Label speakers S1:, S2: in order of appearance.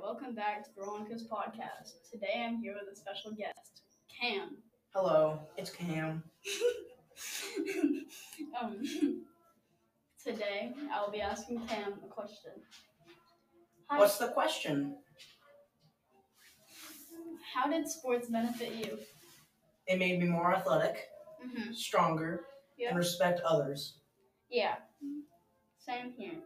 S1: welcome back to Veronica's podcast. Today I'm here with a special guest, Cam.
S2: Hello, it's Cam.
S1: um, today I'll be asking Cam a question. Hi,
S2: What's the question?
S1: how did sports benefit you?
S2: It made me more athletic,
S1: Mm-hmm.
S2: stronger,
S1: Yeah.
S2: and respect others.
S1: Yeah, same here.